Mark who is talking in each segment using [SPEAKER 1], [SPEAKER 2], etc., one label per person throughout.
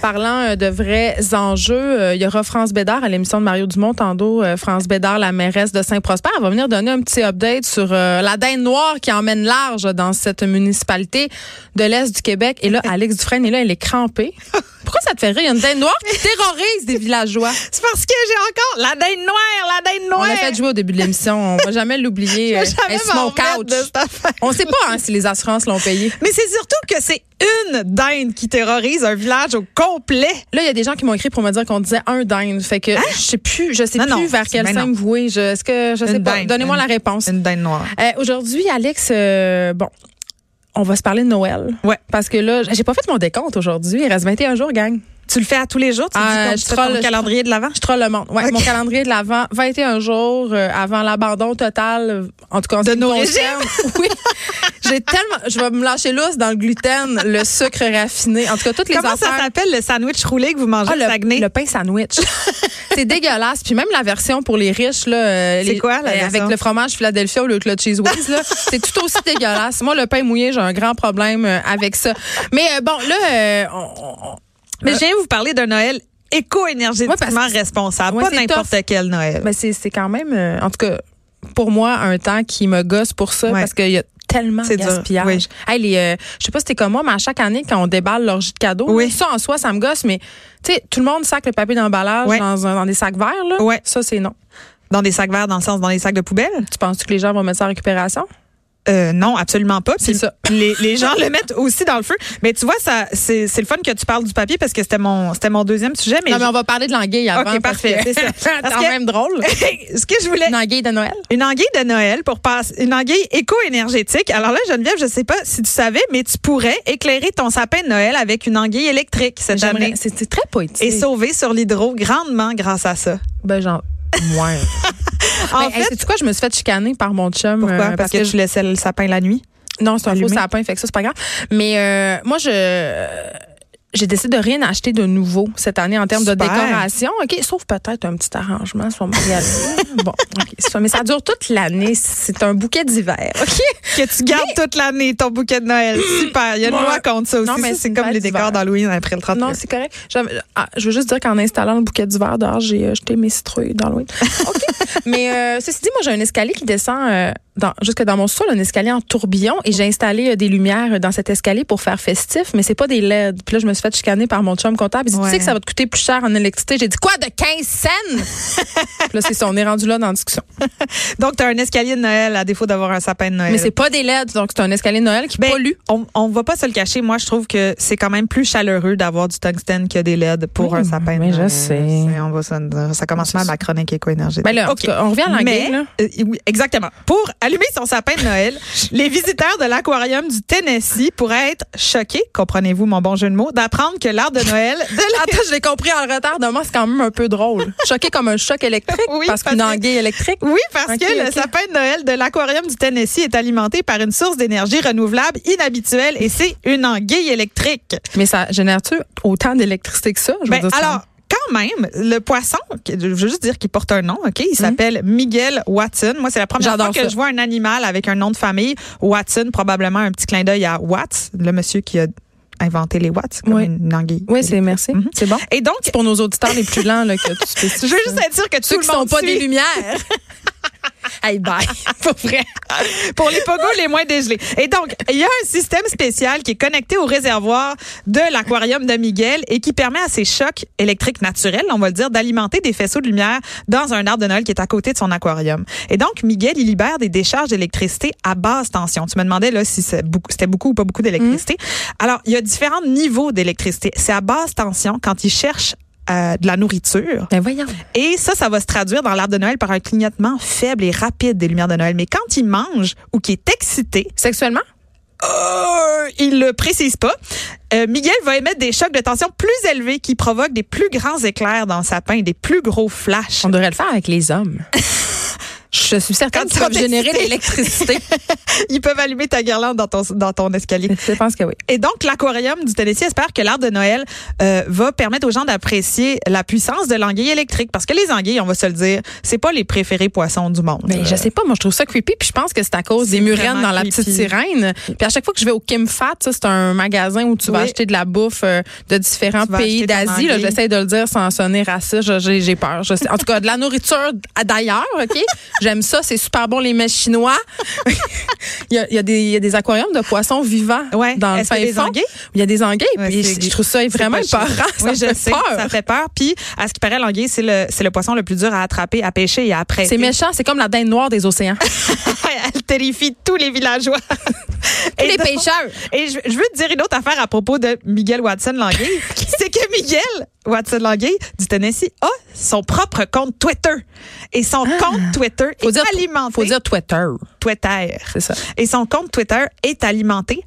[SPEAKER 1] parlant euh, de vrais enjeux, euh, il y aura France Bédard à l'émission de Mario Dumont tantôt. euh, France Bédard, la mairesse de Saint-Prosper, elle va venir donner un petit update sur euh, la dinde noire qui emmène large dans cette municipalité de l'Est du Québec. Et là, Alex Dufresne est là, elle est crampée. Pourquoi ça te fait rire? Il y a une dinde noire qui terrorise des villageois.
[SPEAKER 2] C'est parce que j'ai encore la dinde noire, la dinde
[SPEAKER 1] On
[SPEAKER 2] noire.
[SPEAKER 1] l'a fait jouer au début de l'émission. On va jamais l'oublier.
[SPEAKER 2] Je vais
[SPEAKER 1] euh,
[SPEAKER 2] jamais
[SPEAKER 1] elle se met
[SPEAKER 2] m'en
[SPEAKER 1] au
[SPEAKER 2] remettre
[SPEAKER 1] couch.
[SPEAKER 2] de cette affaire.
[SPEAKER 1] On sait pas hein, si les assurances l'ont payé.
[SPEAKER 2] Mais c'est surtout que c'est une dinde qui terrorise un village au complet.
[SPEAKER 1] Là, il y a des gens qui m'ont écrit pour me dire qu'on disait un dinde. Fait que je sais plus, je sais
[SPEAKER 2] Hein? Non,
[SPEAKER 1] plus
[SPEAKER 2] non,
[SPEAKER 1] vers quel
[SPEAKER 2] ben
[SPEAKER 1] sein
[SPEAKER 2] non.
[SPEAKER 1] me vouer. Je- Est-ce que je sais
[SPEAKER 2] Une
[SPEAKER 1] pas
[SPEAKER 2] dinde,
[SPEAKER 1] Donnez-moi
[SPEAKER 2] une-
[SPEAKER 1] la réponse.
[SPEAKER 2] Une dinde noire.
[SPEAKER 1] Euh, Aujourd'hui, Alex, euh, bon, on va se parler de Noël.
[SPEAKER 2] Ouais.
[SPEAKER 1] Parce que là, j'ai pas fait mon décompte aujourd'hui. Il reste 21 jours, gang.
[SPEAKER 2] Tu le fais à tous les jours? Tu
[SPEAKER 1] Ah,
[SPEAKER 2] dis comme
[SPEAKER 1] je
[SPEAKER 2] tu fais
[SPEAKER 1] troll,
[SPEAKER 2] ton
[SPEAKER 1] je-
[SPEAKER 2] calendrier de l'avant?
[SPEAKER 1] Je troll le monde. Ouais,
[SPEAKER 2] Ok.
[SPEAKER 1] Mon calendrier de l'avant, 21 jours euh, avant l'abandon total, euh, en tout cas en ce
[SPEAKER 2] De
[SPEAKER 1] qui
[SPEAKER 2] nos
[SPEAKER 1] me concerne. Oui. J'ai tellement. Je vais me lâcher lousse dans le gluten, le sucre raffiné. En tout cas, toutes les
[SPEAKER 2] Comment ça
[SPEAKER 1] affaires.
[SPEAKER 2] s'appelle le sandwich roulé que vous mangez
[SPEAKER 1] Ah,
[SPEAKER 2] à Saguenay?
[SPEAKER 1] le, le pain sandwich. c'est dégueulasse. Puis même la version pour les riches, là. euh,
[SPEAKER 2] C'est
[SPEAKER 1] les-
[SPEAKER 2] quoi, la
[SPEAKER 1] euh, Avec
[SPEAKER 2] version?
[SPEAKER 1] le fromage Philadelphia ou le clutch cheese whiz, là. c'est tout aussi dégueulasse. Moi, le pain mouillé, j'ai un grand problème euh, avec ça. Mais euh, bon, là, euh, on- on- on-
[SPEAKER 2] Mais j'aime vous parler d'un Noël
[SPEAKER 1] Ouais,
[SPEAKER 2] éco-énergétiquement
[SPEAKER 1] parce que-
[SPEAKER 2] responsable,
[SPEAKER 1] Ouais,
[SPEAKER 2] pas
[SPEAKER 1] c'est
[SPEAKER 2] n'importe quel Noël.
[SPEAKER 1] mais c'est, c'est quand même, euh, en tout cas, pour moi, un temps qui me gosse pour ça
[SPEAKER 2] Ouais.
[SPEAKER 1] parce qu'il y a tellement de
[SPEAKER 2] C'est dur,
[SPEAKER 1] gaspillage.
[SPEAKER 2] oui.
[SPEAKER 1] Hey, les, euh, je sais pas si t'es comme moi, mais à chaque année, quand on déballe l'orgie de cadeaux,
[SPEAKER 2] Oui.
[SPEAKER 1] là, ça en soi, ça me gosse, mais tu sais, tout le monde sac le papier d'emballage
[SPEAKER 2] Ouais.
[SPEAKER 1] dans, un- dans des sacs verts, là.
[SPEAKER 2] Ouais.
[SPEAKER 1] Ça, c'est non.
[SPEAKER 2] Dans des sacs verts, dans le sens, dans les sacs de poubelle?
[SPEAKER 1] Tu penses que les gens vont mettre ça en récupération?
[SPEAKER 2] Euh, non, absolument pas.
[SPEAKER 1] C'est
[SPEAKER 2] Puis
[SPEAKER 1] ça.
[SPEAKER 2] Les, les gens le mettent aussi dans le feu. Mais tu vois, ça, c'est, c'est le fun que tu parles du papier parce que c'était mon, c'était mon deuxième sujet. Mais
[SPEAKER 1] non, mais on va parler de l'anguille avant.
[SPEAKER 2] Ok,
[SPEAKER 1] parce
[SPEAKER 2] parfait,
[SPEAKER 1] que-
[SPEAKER 2] c'est ça.
[SPEAKER 1] C'est
[SPEAKER 2] Parce
[SPEAKER 1] quand
[SPEAKER 2] que-
[SPEAKER 1] même drôle.
[SPEAKER 2] je- ce que je voulais,
[SPEAKER 1] Une anguille de Noël.
[SPEAKER 2] Une anguille de Noël pour passer une anguille éco-énergétique. Alors là, Geneviève, je sais pas si tu savais, mais tu pourrais éclairer ton sapin de Noël avec une anguille électrique cette
[SPEAKER 1] J'aimerais-
[SPEAKER 2] année
[SPEAKER 1] C'est c'est très poétique.
[SPEAKER 2] et sauver sur l'hydro grandement grâce à ça.
[SPEAKER 1] Ben, genre, moins.
[SPEAKER 2] En
[SPEAKER 1] En fait,
[SPEAKER 2] fait,
[SPEAKER 1] Ah, ben, c'est quoi? Je me suis fait chicaner par mon chum.
[SPEAKER 2] pourquoi
[SPEAKER 1] euh,
[SPEAKER 2] Parce, que, tu laissais le sapin la nuit.
[SPEAKER 1] Non, c'est un faux
[SPEAKER 2] Allumé.
[SPEAKER 1] sapin, fait que ça, c'est pas grave. Mais euh, moi, je. euh, J'ai décidé de rien acheter de nouveau cette année en termes de
[SPEAKER 2] Super.
[SPEAKER 1] décoration, ok, sauf peut-être un petit arrangement sur mon réaliser. bon, ok, ça, mais ça dure toute l'année. C'est un bouquet d'hiver, ok.
[SPEAKER 2] Que tu gardes toute l'année ton bouquet de Noël. Super. Il y a une
[SPEAKER 1] Ouais.
[SPEAKER 2] loi contre ça aussi.
[SPEAKER 1] Non, mais
[SPEAKER 2] C'est-
[SPEAKER 1] c'est
[SPEAKER 2] c'est
[SPEAKER 1] une
[SPEAKER 2] comme les
[SPEAKER 1] belle
[SPEAKER 2] décors
[SPEAKER 1] hiver.
[SPEAKER 2] d'Halloween après le 30
[SPEAKER 1] Non, c'est correct. J'avais- ah, je veux juste dire qu'en installant le bouquet d'hiver dehors, j'ai euh, jeté mes citrouilles dans l'eau. OK. Mais euh, ceci dit, moi, j'ai un escalier qui descend euh, dans- jusque dans mon sol, un escalier en tourbillon, et j'ai installé euh, des lumières dans cet escalier pour faire festif, mais c'est pas des LED. Puis là, je me suis fait chicaner par mon chum comptable. Il dit,
[SPEAKER 2] Ouais.
[SPEAKER 1] tu sais que ça va te coûter plus cher en électricité. J'ai dit, quoi, de 15 cents? Puis là, c'est ça, on est rendu là dans la discussion.
[SPEAKER 2] Donc, tu as un escalier de Noël à défaut d'avoir un sapin de Noël.
[SPEAKER 1] Mais c'est pas des LED, donc c'est un escalier de Noël qui
[SPEAKER 2] Ben,
[SPEAKER 1] pollue.
[SPEAKER 2] On, on va pas se le cacher. Moi, je trouve que c'est quand même plus chaleureux d'avoir du tungstène que des LED pour
[SPEAKER 1] Oui,
[SPEAKER 2] un sapin.
[SPEAKER 1] mais
[SPEAKER 2] de
[SPEAKER 1] je
[SPEAKER 2] Noël.
[SPEAKER 1] sais.
[SPEAKER 2] C'est- On va se le dire. ça commence mal ma chronique éco-énergétique.
[SPEAKER 1] Ben là, en
[SPEAKER 2] OK.
[SPEAKER 1] tout cas, on revient à l'anglais,
[SPEAKER 2] Mais,
[SPEAKER 1] là.
[SPEAKER 2] euh, oui, exactement. Pour allumer son sapin de Noël, les visiteurs de l'aquarium du Tennessee pourraient être choqués, comprenez-vous mon bon jeu de mots, d'apprendre que l'art de Noël de la-
[SPEAKER 1] Attends, je l'ai compris en retard. De moi, c'est quand même un peu drôle. Choqué comme un choc électrique
[SPEAKER 2] Oui,
[SPEAKER 1] parce
[SPEAKER 2] parce
[SPEAKER 1] qu'une
[SPEAKER 2] que-
[SPEAKER 1] anguille électrique.
[SPEAKER 2] Oui, parce
[SPEAKER 1] Ok,
[SPEAKER 2] que le
[SPEAKER 1] ok.
[SPEAKER 2] sapin de Noël de l'aquarium du Tennessee est alimenté par une source d'énergie renouvelable inhabituelle et c'est une anguille électrique.
[SPEAKER 1] Mais ça génère-tu autant d'électricité que ça? Je veux
[SPEAKER 2] Ben,
[SPEAKER 1] dire, ça-
[SPEAKER 2] alors, quand même, le poisson, que- je veux juste dire qu'il porte un nom, OK? Il s'appelle Miguel Watson. Moi, c'est la première
[SPEAKER 1] Hmm. J'adore
[SPEAKER 2] fois que
[SPEAKER 1] ça.
[SPEAKER 2] je vois un animal avec un nom de famille. Watson, probablement un petit clin d'œil à Watts, le monsieur qui a inventé les Watts, comme
[SPEAKER 1] Oui.
[SPEAKER 2] une anguille.
[SPEAKER 1] Oui, c'est merci. C'est bon.
[SPEAKER 2] Et donc,
[SPEAKER 1] C'est pour nos auditeurs les plus lents là, que tu
[SPEAKER 2] Mhm. je
[SPEAKER 1] spécifies.
[SPEAKER 2] veux juste être sûr que tout
[SPEAKER 1] Ceux
[SPEAKER 2] le
[SPEAKER 1] qui sont
[SPEAKER 2] monde
[SPEAKER 1] pas
[SPEAKER 2] suit.
[SPEAKER 1] des lumières. hey, bye. Pas vrai.
[SPEAKER 2] pour les pogos les moins dégelés. Et donc, il y a un système spécial qui est connecté au réservoir de l'aquarium de Miguel et qui permet à ces chocs électriques naturels, on va le dire, d'alimenter des faisceaux de lumière dans un arbre de Noël qui est à côté de son aquarium. Et donc, Miguel, il libère des décharges d'électricité à basse tension. Tu me demandais là si c'est beaucoup- c'était beaucoup ou pas beaucoup d'électricité. Alors, il y a différents niveaux d'électricité. C'est à basse tension quand il cherche euh, de la nourriture.
[SPEAKER 1] Ben voyons.
[SPEAKER 2] Et ça, ça va se traduire dans l'arbre de Noël par un clignotement faible et rapide des lumières de Noël. Mais quand il mange ou qu'il est excité,
[SPEAKER 1] Sexuellement?
[SPEAKER 2] euh, il le précise pas, euh, Miguel va émettre des chocs de tension plus élevés qui provoquent des plus grands éclairs dans le sapin, des plus gros flashs.
[SPEAKER 1] On devrait le faire avec les hommes. Je suis certaine
[SPEAKER 2] Quand
[SPEAKER 1] qu'ils
[SPEAKER 2] ils
[SPEAKER 1] peuvent
[SPEAKER 2] sont
[SPEAKER 1] générer de
[SPEAKER 2] excités.
[SPEAKER 1] l'électricité.
[SPEAKER 2] Ils peuvent allumer ta guirlande dans ton, dans ton escalier.
[SPEAKER 1] Je pense que oui.
[SPEAKER 2] Et donc, l'aquarium du Tennessee espère que l'art de Noël euh, va permettre aux gens d'apprécier la puissance de l'anguille électrique. Parce que les anguilles, on va se le dire, c'est pas les préférés poissons du monde.
[SPEAKER 1] Mais je sais pas, moi je trouve ça creepy, puis je pense que c'est à cause des
[SPEAKER 2] Euh, C'est
[SPEAKER 1] murennes
[SPEAKER 2] vraiment
[SPEAKER 1] dans la petite
[SPEAKER 2] creepy.
[SPEAKER 1] sirène. Puis à chaque fois que je vais au Kim Fat, ça c'est un magasin où tu vas
[SPEAKER 2] Oui.
[SPEAKER 1] acheter de la bouffe euh, de différents
[SPEAKER 2] Tu vas
[SPEAKER 1] pays
[SPEAKER 2] acheter ton
[SPEAKER 1] d'Asie. là,
[SPEAKER 2] anguille.
[SPEAKER 1] J'essaie de le dire sans sonner raciste, je- j'ai j'ai peur. Je sais. En tout cas, de la nourriture d'ailleurs, ok. J'aime ça, c'est super bon les mets chinois. il, y a, il y a des, il y a des aquariums de poissons vivants
[SPEAKER 2] Ouais.
[SPEAKER 1] dans le
[SPEAKER 2] Est-ce qu'il y a
[SPEAKER 1] fin
[SPEAKER 2] des
[SPEAKER 1] fond.
[SPEAKER 2] anguilles?
[SPEAKER 1] Il y a des anguilles.
[SPEAKER 2] Ouais,
[SPEAKER 1] puis
[SPEAKER 2] c'est-
[SPEAKER 1] je trouve ça
[SPEAKER 2] C'est
[SPEAKER 1] vraiment
[SPEAKER 2] pas chiant.
[SPEAKER 1] épeurant. Ça
[SPEAKER 2] oui,
[SPEAKER 1] me
[SPEAKER 2] je
[SPEAKER 1] fait
[SPEAKER 2] sais,
[SPEAKER 1] peur.
[SPEAKER 2] ça fait peur. Puis, à ce qui paraît, l'anguille, c'est le, c'est le poisson le plus dur à attraper, à pêcher et à apprêter.
[SPEAKER 1] C'est méchant, c'est comme la dinde noire des océans.
[SPEAKER 2] Elle terrifie tous les villageois.
[SPEAKER 1] Tous
[SPEAKER 2] Et
[SPEAKER 1] les
[SPEAKER 2] donc-
[SPEAKER 1] pêcheurs.
[SPEAKER 2] Et je, je veux te dire une autre affaire à propos de Miguel Watson Languille. C'est que Miguel Watson Languille du Tennessee a son propre compte Twitter. Et son compte Twitter
[SPEAKER 1] Ah! Faut
[SPEAKER 2] est
[SPEAKER 1] dire,
[SPEAKER 2] alimenté.
[SPEAKER 1] faut dire Twitter,
[SPEAKER 2] Twitter.
[SPEAKER 1] c'est ça.
[SPEAKER 2] Et son compte Twitter est alimenté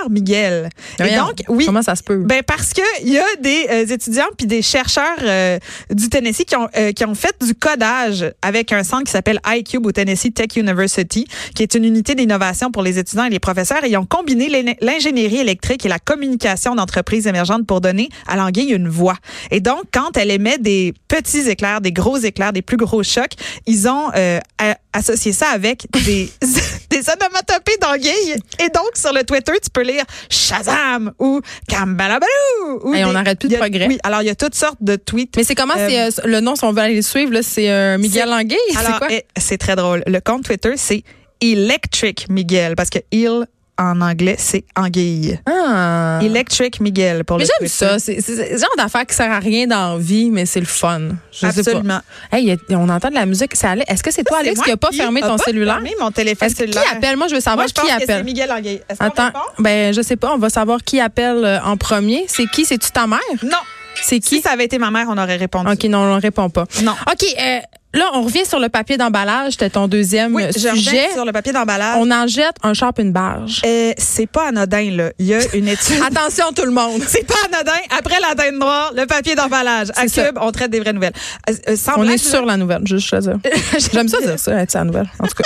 [SPEAKER 2] par Miguel. Et
[SPEAKER 1] Voyons,
[SPEAKER 2] donc, oui.
[SPEAKER 1] Comment ça se peut?
[SPEAKER 2] Ben parce que il y a des euh, étudiants puis des chercheurs euh, du Tennessee qui ont euh, qui ont fait du codage avec un centre qui s'appelle iCube au Tennessee Tech University, qui est une unité d'innovation pour les étudiants et les professeurs. Et ils ont combiné l'é- l'ingénierie électrique et la communication d'entreprises émergentes pour donner à l'anguille une voix. Et donc, quand elle émet des petits éclairs, des gros éclairs, des plus gros chocs, ils ont euh, a- associé ça avec des des onomatopées d'anguilles. Et donc, sur le Twitter, tu peux lire Shazam ou Kambalabaloo. ou
[SPEAKER 1] Hey, on
[SPEAKER 2] des-
[SPEAKER 1] n'arrête plus de
[SPEAKER 2] il y a-
[SPEAKER 1] progrès.
[SPEAKER 2] Oui, alors il y a toutes sortes de tweets.
[SPEAKER 1] Mais c'est comment
[SPEAKER 2] Euh,
[SPEAKER 1] c'est euh, le nom si on veut aller le suivre là, c'est euh, Miguel Languille, c'est euh,
[SPEAKER 2] Alors,
[SPEAKER 1] quoi
[SPEAKER 2] eh, c'est très drôle. Le compte Twitter, c'est Electric Miguel, parce que il, en anglais, c'est anguille.
[SPEAKER 1] Ah.
[SPEAKER 2] Electric Miguel pour
[SPEAKER 1] Mais
[SPEAKER 2] le
[SPEAKER 1] j'aime
[SPEAKER 2] Twitter.
[SPEAKER 1] ça, c'est c'est- c'est le genre d'affaire qui sert à rien dans la vie mais c'est le fun. Je sais
[SPEAKER 2] Absolument.
[SPEAKER 1] pas. Hey, il y a- on entend de la musique, ça allait. Est-ce que c'est toi
[SPEAKER 2] C'est
[SPEAKER 1] Alex
[SPEAKER 2] moi
[SPEAKER 1] qui a pas
[SPEAKER 2] qui
[SPEAKER 1] fermé
[SPEAKER 2] a
[SPEAKER 1] ton
[SPEAKER 2] pas
[SPEAKER 1] cellulaire
[SPEAKER 2] fermé mon téléphone
[SPEAKER 1] Est-ce que qui
[SPEAKER 2] cellulaire.
[SPEAKER 1] appelle Ah, Moi je veux
[SPEAKER 2] Moi,
[SPEAKER 1] savoir
[SPEAKER 2] je pense
[SPEAKER 1] qui
[SPEAKER 2] que c'est
[SPEAKER 1] appelle.
[SPEAKER 2] Miguel Anguille. Est-ce qu'on
[SPEAKER 1] Attends,
[SPEAKER 2] répond?
[SPEAKER 1] ben je sais pas, on va savoir qui appelle euh, en premier. C'est qui C'est tu ta mère
[SPEAKER 2] Non.
[SPEAKER 1] C'est
[SPEAKER 2] Si
[SPEAKER 1] qui
[SPEAKER 2] ça avait été ma mère, on aurait répondu.
[SPEAKER 1] OK, non, on répond pas.
[SPEAKER 2] Non.
[SPEAKER 1] OK, euh, là on revient sur le papier d'emballage, c'était ton deuxième
[SPEAKER 2] Oui, je
[SPEAKER 1] sujet.
[SPEAKER 2] reviens sur le papier d'emballage.
[SPEAKER 1] On Eh, en jette un char puis une barge.
[SPEAKER 2] Euh, c'est pas anodin, là. Il y a une étude.
[SPEAKER 1] Attention tout le monde.
[SPEAKER 2] Ah, c'est pas anodin. Après la dinde noire, le papier d'emballage. À
[SPEAKER 1] C'est ça.
[SPEAKER 2] Cube, on traite des vraies nouvelles. Euh, euh, sans
[SPEAKER 1] On
[SPEAKER 2] blague,
[SPEAKER 1] est sur la nouvelle, juste je veux dire. J'aime ça dire ça, être sur la nouvelle. En tout cas,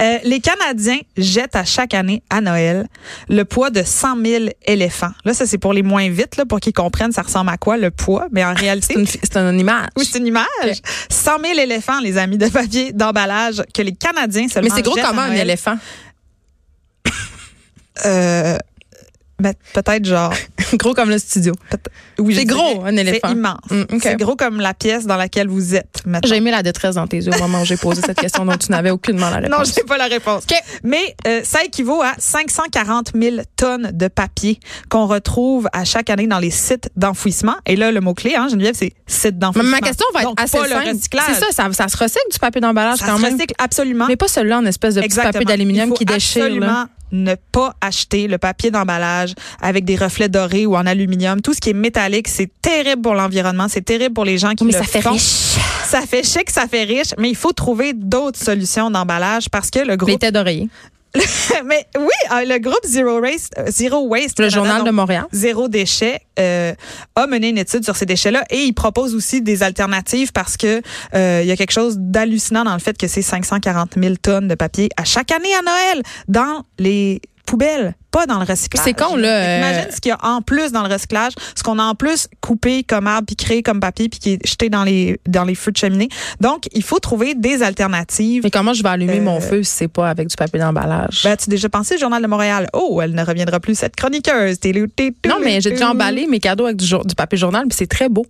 [SPEAKER 2] euh, les Canadiens jettent à chaque année, à Noël, le poids de 100 000 éléphants. Là, ça, c'est pour les moins vite, là, pour qu'ils comprennent ça ressemble à quoi, le poids. Mais en réalité,
[SPEAKER 1] c'est une fi- c'est un image.
[SPEAKER 2] Oui, c'est une image. 100 000 éléphants, les amis, de papier d'emballage que les Canadiens seulement
[SPEAKER 1] Mais c'est gros
[SPEAKER 2] jettent à
[SPEAKER 1] comment un
[SPEAKER 2] Noël.
[SPEAKER 1] éléphant?
[SPEAKER 2] Euh, ben, peut-être genre.
[SPEAKER 1] gros comme le studio.
[SPEAKER 2] Oui, je
[SPEAKER 1] C'est gros,
[SPEAKER 2] dirais,
[SPEAKER 1] un éléphant.
[SPEAKER 2] C'est immense.
[SPEAKER 1] Mm, ok.
[SPEAKER 2] C'est gros comme la pièce dans laquelle vous êtes. maintenant.
[SPEAKER 1] J'ai aimé la détresse dans tes yeux au moment où j'ai posé cette question dont tu n'avais aucunement la
[SPEAKER 2] Non,
[SPEAKER 1] réponse.
[SPEAKER 2] je n'ai pas la réponse.
[SPEAKER 1] OK.
[SPEAKER 2] Mais euh, ça équivaut à 540 000 tonnes de papier qu'on retrouve à chaque année dans les sites d'enfouissement. Et là, le mot-clé, hein, Geneviève, c'est site
[SPEAKER 1] Ma-
[SPEAKER 2] d'enfouissement.
[SPEAKER 1] Ma question va être
[SPEAKER 2] Donc,
[SPEAKER 1] assez
[SPEAKER 2] pas le
[SPEAKER 1] simple.
[SPEAKER 2] recyclage.
[SPEAKER 1] C'est ça, ça, ça se recycle du papier d'emballage
[SPEAKER 2] Ça
[SPEAKER 1] quand
[SPEAKER 2] se
[SPEAKER 1] même.
[SPEAKER 2] recycle absolument.
[SPEAKER 1] Mais pas celui-là en espèce de petit
[SPEAKER 2] Exactement.
[SPEAKER 1] papier d'aluminium
[SPEAKER 2] Il faut
[SPEAKER 1] qui déchire. là.
[SPEAKER 2] Absolument ne pas acheter le papier d'emballage avec des reflets dorés ou en aluminium. Tout ce qui est métallique, c'est terrible pour l'environnement, c'est terrible pour les gens
[SPEAKER 1] Oh,
[SPEAKER 2] qui
[SPEAKER 1] Mais
[SPEAKER 2] le
[SPEAKER 1] ça fait
[SPEAKER 2] font.
[SPEAKER 1] riche.
[SPEAKER 2] Ça fait chic, ça fait riche, mais il faut trouver d'autres solutions d'emballage parce que le
[SPEAKER 1] Les
[SPEAKER 2] groupe,
[SPEAKER 1] têtes d'oreiller.
[SPEAKER 2] mais oui, euh, le groupe Zero Waste, euh, Zero Waste,
[SPEAKER 1] Le
[SPEAKER 2] Canada,
[SPEAKER 1] journal de
[SPEAKER 2] donc,
[SPEAKER 1] Montréal.
[SPEAKER 2] Zéro déchet euh, a mené une étude sur ces déchets-là et il propose aussi des alternatives parce que euh, il y a quelque chose d'hallucinant dans le fait que c'est 540 000 tonnes de papier à chaque année à Noël dans les poubelles, pas dans le recyclage.
[SPEAKER 1] C'est con, là, euh,
[SPEAKER 2] Imagine ce qu'il y a en plus dans le recyclage, ce qu'on a en plus coupé comme arbre, puis créé comme papier, puis qui est jeté dans les dans les feux de cheminée. Donc, il faut trouver des alternatives.
[SPEAKER 1] Mais comment je vais allumer
[SPEAKER 2] Euh,
[SPEAKER 1] mon feu si c'est pas avec du papier d'emballage?
[SPEAKER 2] Ben, tu as déjà pensé au Journal de Montréal? Oh, elle ne reviendra plus, cette chroniqueuse. Télou, télou,
[SPEAKER 1] non, mais j'ai déjà
[SPEAKER 2] télou.
[SPEAKER 1] emballé mes cadeaux avec du, jour- du papier journal, puis c'est très beau.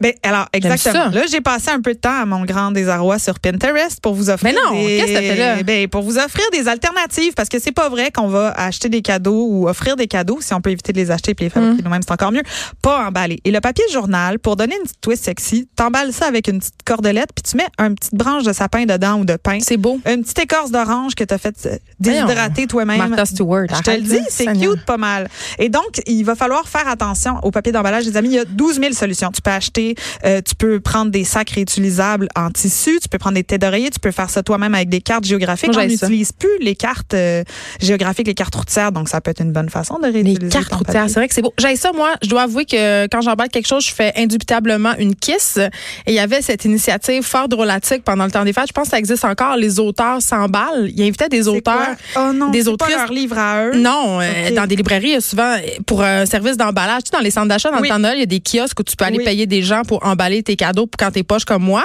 [SPEAKER 2] Ben, alors,
[SPEAKER 1] ça.
[SPEAKER 2] exactement. Là, j'ai passé un peu de temps à mon grand désarroi sur Pinterest pour vous offrir.
[SPEAKER 1] Mais non,
[SPEAKER 2] des-
[SPEAKER 1] qu'est-ce que t'as fait là?
[SPEAKER 2] Ben, pour vous offrir des alternatives, parce que c'est pas vrai qu'on va acheter des cadeaux ou offrir des cadeaux. Si on peut éviter de les acheter et les
[SPEAKER 1] Mm.
[SPEAKER 2] fabriquer nous-mêmes, c'est encore mieux. Pas emballer. Et le papier journal, pour donner une petite twist sexy, t'emballes ça avec une petite cordelette, puis tu mets une petite branche de sapin dedans ou de pin.
[SPEAKER 1] C'est beau.
[SPEAKER 2] Une petite écorce d'orange que t'as fait euh, déshydrater toi-même.
[SPEAKER 1] Martha Stewart.
[SPEAKER 2] Je te le
[SPEAKER 1] arrête,
[SPEAKER 2] dis,
[SPEAKER 1] là,
[SPEAKER 2] c'est
[SPEAKER 1] Seigneur.
[SPEAKER 2] cute pas mal. Et donc, il va falloir faire attention au papier d'emballage, les amis. Il y a 12 000 solutions. Tu peux acheter. Euh, tu peux prendre des sacs réutilisables en tissu. Tu peux prendre des têtes d'oreiller. Tu peux faire ça toi-même avec des cartes géographiques.
[SPEAKER 1] Moi,
[SPEAKER 2] On
[SPEAKER 1] j'aime ça.
[SPEAKER 2] n'utilise plus les cartes euh, géographiques, les cartes routières. Donc, ça peut être une bonne façon de
[SPEAKER 1] Les
[SPEAKER 2] réutiliser
[SPEAKER 1] cartes
[SPEAKER 2] ton
[SPEAKER 1] routières,
[SPEAKER 2] papier.
[SPEAKER 1] c'est vrai que c'est beau. J'ai ça, moi, je dois avouer que quand j'emballe quelque chose, je fais indubitablement une kiss. Et il y avait cette initiative fort drôlatique pendant le temps des fêtes. Je pense que ça existe encore. Les auteurs s'emballent. Ils invitaient des
[SPEAKER 2] C'est quoi?
[SPEAKER 1] auteurs.
[SPEAKER 2] Oh non,
[SPEAKER 1] des
[SPEAKER 2] c'est pas
[SPEAKER 1] autrices.
[SPEAKER 2] leur livre à eux.
[SPEAKER 1] Non, euh,
[SPEAKER 2] Ok.
[SPEAKER 1] dans des librairies, il y a souvent, euh, pour un service d'emballage, tu sais, dans les centres d'achat, dans
[SPEAKER 2] Oui.
[SPEAKER 1] le temps de Noël, il y a des kiosques où tu peux aller
[SPEAKER 2] Oui.
[SPEAKER 1] payer des gens pour emballer tes cadeaux pour quand t'es poche comme moi.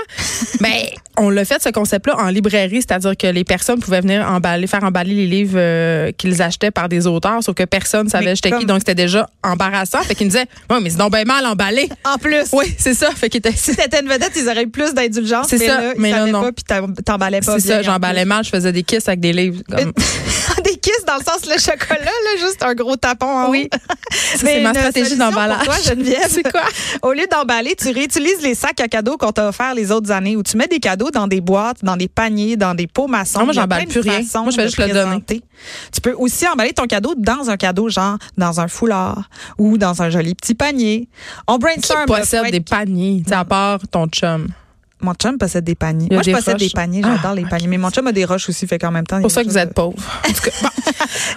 [SPEAKER 1] Mais on l'a fait, ce concept-là, en librairie, c'est-à-dire que les personnes pouvaient venir emballer, faire emballer les livres euh, qu'ils achetaient par des auteurs, sauf que personne savait
[SPEAKER 2] Mais
[SPEAKER 1] j'étais qui,
[SPEAKER 2] comme-
[SPEAKER 1] donc c'était déjà embarrassant. Fait qu'ils me disaient, ouais, mais c'est donc bien mal emballé.
[SPEAKER 2] En plus.
[SPEAKER 1] Oui, c'est ça. Fait qu'ils étaient
[SPEAKER 2] Si t'étais une vedette, ils auraient eu plus d'indulgence.
[SPEAKER 1] C'est
[SPEAKER 2] mais
[SPEAKER 1] ça,
[SPEAKER 2] Là, ils
[SPEAKER 1] mais là,
[SPEAKER 2] savaient
[SPEAKER 1] non.
[SPEAKER 2] pas, puis t'em- t'emballais pas.
[SPEAKER 1] C'est
[SPEAKER 2] bien,
[SPEAKER 1] ça,
[SPEAKER 2] en
[SPEAKER 1] j'emballais mal, je faisais des kisses avec des livres. comme-
[SPEAKER 2] plus. des kisses dans le sens le chocolat, là, juste un gros tapon. en
[SPEAKER 1] Oui.
[SPEAKER 2] haut.
[SPEAKER 1] Ça,
[SPEAKER 2] Mais
[SPEAKER 1] c'est ma
[SPEAKER 2] une
[SPEAKER 1] stratégie
[SPEAKER 2] solution
[SPEAKER 1] d'emballage.
[SPEAKER 2] Pour toi, Geneviève,
[SPEAKER 1] C'est quoi?
[SPEAKER 2] Au lieu d'emballer, tu réutilises les sacs à cadeaux qu'on t'a offerts les autres années où tu mets des cadeaux dans des boîtes, dans des paniers, dans des pots maçons.
[SPEAKER 1] Ah, moi,
[SPEAKER 2] Il y a
[SPEAKER 1] j'emballe
[SPEAKER 2] plein de
[SPEAKER 1] plus rien.
[SPEAKER 2] façons
[SPEAKER 1] Moi, je fais
[SPEAKER 2] de
[SPEAKER 1] juste le donner.
[SPEAKER 2] présenter. Tu peux aussi emballer ton cadeau dans un cadeau, genre dans un foulard ou dans un joli petit panier. On
[SPEAKER 1] Qui
[SPEAKER 2] brainstorm. là, faut
[SPEAKER 1] possède
[SPEAKER 2] être
[SPEAKER 1] des paniers, tu sais, à part ton chum.
[SPEAKER 2] Mon chum possède des paniers.
[SPEAKER 1] Il y a
[SPEAKER 2] Moi, je
[SPEAKER 1] des
[SPEAKER 2] possède
[SPEAKER 1] roches.
[SPEAKER 2] des paniers.
[SPEAKER 1] Ah,
[SPEAKER 2] J'adore les paniers. Mais mon chum a des roches aussi, fait qu'en même temps. il y a
[SPEAKER 1] C'est pour ça
[SPEAKER 2] des
[SPEAKER 1] que vous
[SPEAKER 2] choses-
[SPEAKER 1] êtes pauvre.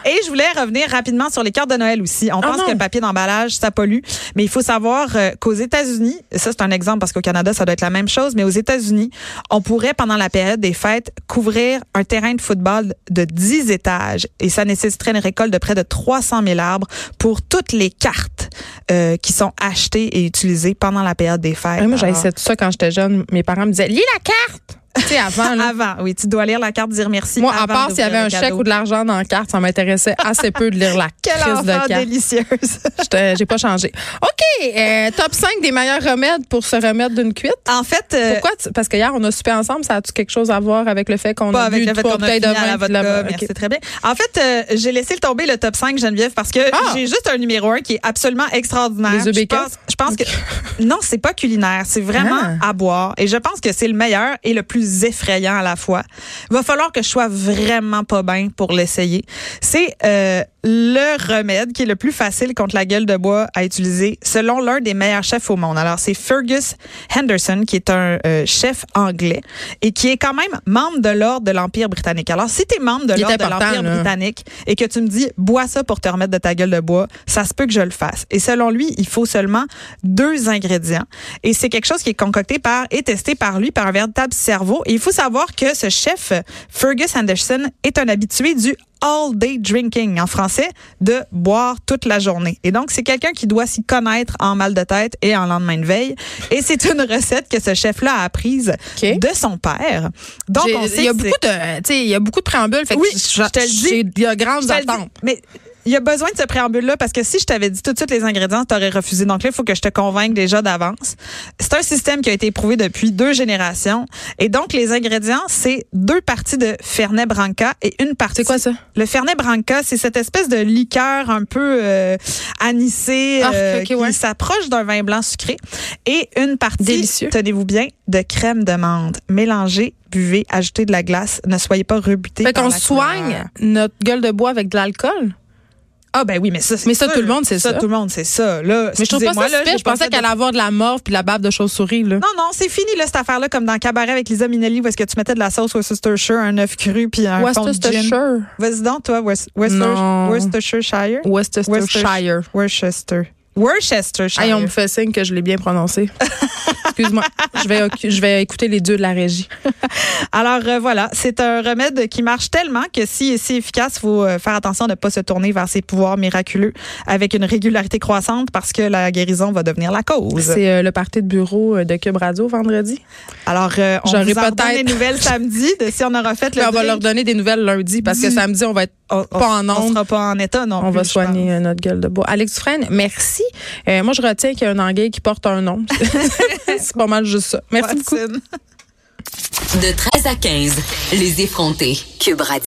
[SPEAKER 2] Et je voulais revenir rapidement sur les cartes de Noël aussi. On
[SPEAKER 1] Ah
[SPEAKER 2] pense
[SPEAKER 1] non.
[SPEAKER 2] que le papier d'emballage, ça pollue. Mais il faut savoir euh, qu'aux États-Unis, ça, c'est un exemple parce qu'au Canada, ça doit être la même chose. Mais aux États-Unis, on pourrait, pendant la période des fêtes, couvrir un terrain de football de 10 étages. Et ça nécessiterait une récolte de près de 300 000 arbres pour toutes les cartes euh, qui sont achetées et utilisées pendant la période des fêtes.
[SPEAKER 1] Ouais, moi,
[SPEAKER 2] Alors,
[SPEAKER 1] j'haïssais tout ça quand j'étais jeune. Mes parents me disaient, lis la carte! tu sais, avant, là.
[SPEAKER 2] Avant, oui, tu dois lire la carte, dire merci.
[SPEAKER 1] Moi, à
[SPEAKER 2] Ah, avant
[SPEAKER 1] part s'il y
[SPEAKER 2] d'ouvrir
[SPEAKER 1] avait
[SPEAKER 2] le
[SPEAKER 1] un chèque
[SPEAKER 2] cadeau.
[SPEAKER 1] ou de l'argent dans la carte, ça m'intéressait assez peu de lire la
[SPEAKER 2] Quelle
[SPEAKER 1] crise
[SPEAKER 2] enfant
[SPEAKER 1] de carte.
[SPEAKER 2] délicieuse.
[SPEAKER 1] J'étais- J'ai pas changé. OK, euh, top 5 des meilleurs remèdes pour se remettre d'une cuite.
[SPEAKER 2] en fait, euh,
[SPEAKER 1] Pourquoi? tu- Parce que hier, on a soupé ensemble. Ça a-tu quelque chose à voir avec le fait qu'on
[SPEAKER 2] pas
[SPEAKER 1] a
[SPEAKER 2] avec
[SPEAKER 1] bu
[SPEAKER 2] le fait
[SPEAKER 1] trois
[SPEAKER 2] qu'on a
[SPEAKER 1] bouteilles
[SPEAKER 2] fini
[SPEAKER 1] de
[SPEAKER 2] à la
[SPEAKER 1] vin? puis de la-
[SPEAKER 2] vodka,
[SPEAKER 1] OK.
[SPEAKER 2] merci, très bien. En fait, euh, j'ai laissé tomber le top 5, Geneviève, parce que
[SPEAKER 1] Ah!
[SPEAKER 2] j'ai juste un numéro 1 qui est absolument extraordinaire.
[SPEAKER 1] Les E œufs
[SPEAKER 2] je
[SPEAKER 1] bacon?
[SPEAKER 2] pense, je pense que non, c'est pas culinaire, c'est vraiment à boire et je pense que c'est le meilleur et le plus effrayant à la fois. Il va falloir que je sois vraiment pas bien pour l'essayer. C'est euh, le remède qui est le plus facile contre la gueule de bois à utiliser selon l'un des meilleurs chefs au monde. Alors, c'est Fergus Henderson qui est un euh, chef anglais et qui est quand même membre de l'ordre de l'Empire britannique. Alors, si tu es membre de
[SPEAKER 1] Il est
[SPEAKER 2] l'ordre de
[SPEAKER 1] important,
[SPEAKER 2] l'Empire
[SPEAKER 1] là.
[SPEAKER 2] britannique et que tu me dis bois ça pour te remettre de ta gueule de bois, ça se peut que je le fasse. Et selon lui, il faut seulement deux ingrédients. Et c'est quelque chose qui est concocté par et testé par lui par un véritable cerveau. Et il faut savoir que ce chef Fergus Anderson est un habitué du all day drinking en français de boire toute la journée. Et donc c'est quelqu'un qui doit s'y connaître en mal de tête et en lendemain de veille et c'est une recette que ce chef là a apprise
[SPEAKER 1] Ok.
[SPEAKER 2] de son père. Donc
[SPEAKER 1] J'ai-
[SPEAKER 2] on sait
[SPEAKER 1] Il y a
[SPEAKER 2] que c'est-
[SPEAKER 1] beaucoup de, tu sais, il y a beaucoup de préambules. Fait que
[SPEAKER 2] Oui,
[SPEAKER 1] je-
[SPEAKER 2] je te le dis.
[SPEAKER 1] j'ai- Il y a grandes
[SPEAKER 2] Je te le dis,
[SPEAKER 1] attentes.
[SPEAKER 2] Mais il y a besoin de ce préambule-là parce que si je t'avais dit tout de suite les ingrédients, t'aurais refusé. Donc là, il faut que je te convainque déjà d'avance. C'est un système qui a été éprouvé depuis deux générations. Et donc, les ingrédients, c'est deux parties de Fernet Branca et une partie.
[SPEAKER 1] C'est quoi ça?
[SPEAKER 2] Le Fernet Branca, c'est cette espèce de liqueur un peu euh, anisée
[SPEAKER 1] Ah,
[SPEAKER 2] euh,
[SPEAKER 1] ok,
[SPEAKER 2] qui
[SPEAKER 1] ouais.
[SPEAKER 2] s'approche d'un vin blanc sucré. Et une partie,
[SPEAKER 1] Délicieux.
[SPEAKER 2] tenez-vous bien, de crème de menthe. Mélangez, buvez, ajoutez de la glace. Ne soyez pas rebuté
[SPEAKER 1] Fait
[SPEAKER 2] par
[SPEAKER 1] qu'on
[SPEAKER 2] la couleur.
[SPEAKER 1] soigne notre gueule de bois avec de l'alcool.
[SPEAKER 2] Ah ben oui, mais ça, c'est
[SPEAKER 1] Mais ça, tout le monde, c'est
[SPEAKER 2] c'est ça.
[SPEAKER 1] ça.
[SPEAKER 2] tout le monde, c'est ça. Là,
[SPEAKER 1] Mais je trouve pas
[SPEAKER 2] excusez-moi,
[SPEAKER 1] ça
[SPEAKER 2] là,
[SPEAKER 1] super.
[SPEAKER 2] j'ai
[SPEAKER 1] Je pensais
[SPEAKER 2] fait de-
[SPEAKER 1] qu'elle allait avoir de la morve puis de la bave de chauve-souris, là.
[SPEAKER 2] Non, non, c'est fini, là, cette affaire-là, comme dans Cabaret avec Lisa Minnelli, où est-ce que tu mettais de la sauce Worcestershire, un œuf cru, puis un fond de gin.
[SPEAKER 1] Worcestershire.
[SPEAKER 2] Vas-y donc, toi, West- Wester-
[SPEAKER 1] Non.
[SPEAKER 2] Worcestershire.
[SPEAKER 1] Worcestershire.
[SPEAKER 2] Worcester. Worcestershire.
[SPEAKER 1] Hey, on me fait signe que je l'ai bien prononcé. Excuse-moi. Je vais, occu- je vais écouter les dieux de la régie.
[SPEAKER 2] Alors euh, voilà, c'est un remède qui marche tellement que si si efficace, faut euh, faire attention de ne pas se tourner vers ses pouvoirs miraculeux avec une régularité croissante parce que la guérison va devenir la cause.
[SPEAKER 1] C'est euh, le party de bureau euh, de Cube Radio vendredi.
[SPEAKER 2] Alors euh, on
[SPEAKER 1] J'aurais
[SPEAKER 2] vous en donne
[SPEAKER 1] peut-être-
[SPEAKER 2] des nouvelles samedi de si on aura fait
[SPEAKER 1] Puis
[SPEAKER 2] le
[SPEAKER 1] on va
[SPEAKER 2] drink.
[SPEAKER 1] leur donner des nouvelles lundi parce que
[SPEAKER 2] Du-
[SPEAKER 1] samedi, on va être,
[SPEAKER 2] on, on-
[SPEAKER 1] pas en
[SPEAKER 2] on
[SPEAKER 1] onde.
[SPEAKER 2] sera pas en état non
[SPEAKER 1] on
[SPEAKER 2] plus,
[SPEAKER 1] va
[SPEAKER 2] je
[SPEAKER 1] soigner euh, notre gueule de bois. Alex Dufresne, merci. Euh, moi, je retiens qu'il y a un anglais qui porte un nom. C'est pas mal juste ça.
[SPEAKER 2] pense.
[SPEAKER 1] Merci beaucoup.
[SPEAKER 2] Watson.
[SPEAKER 3] De 13 à 15, les effrontés. Cube Radio.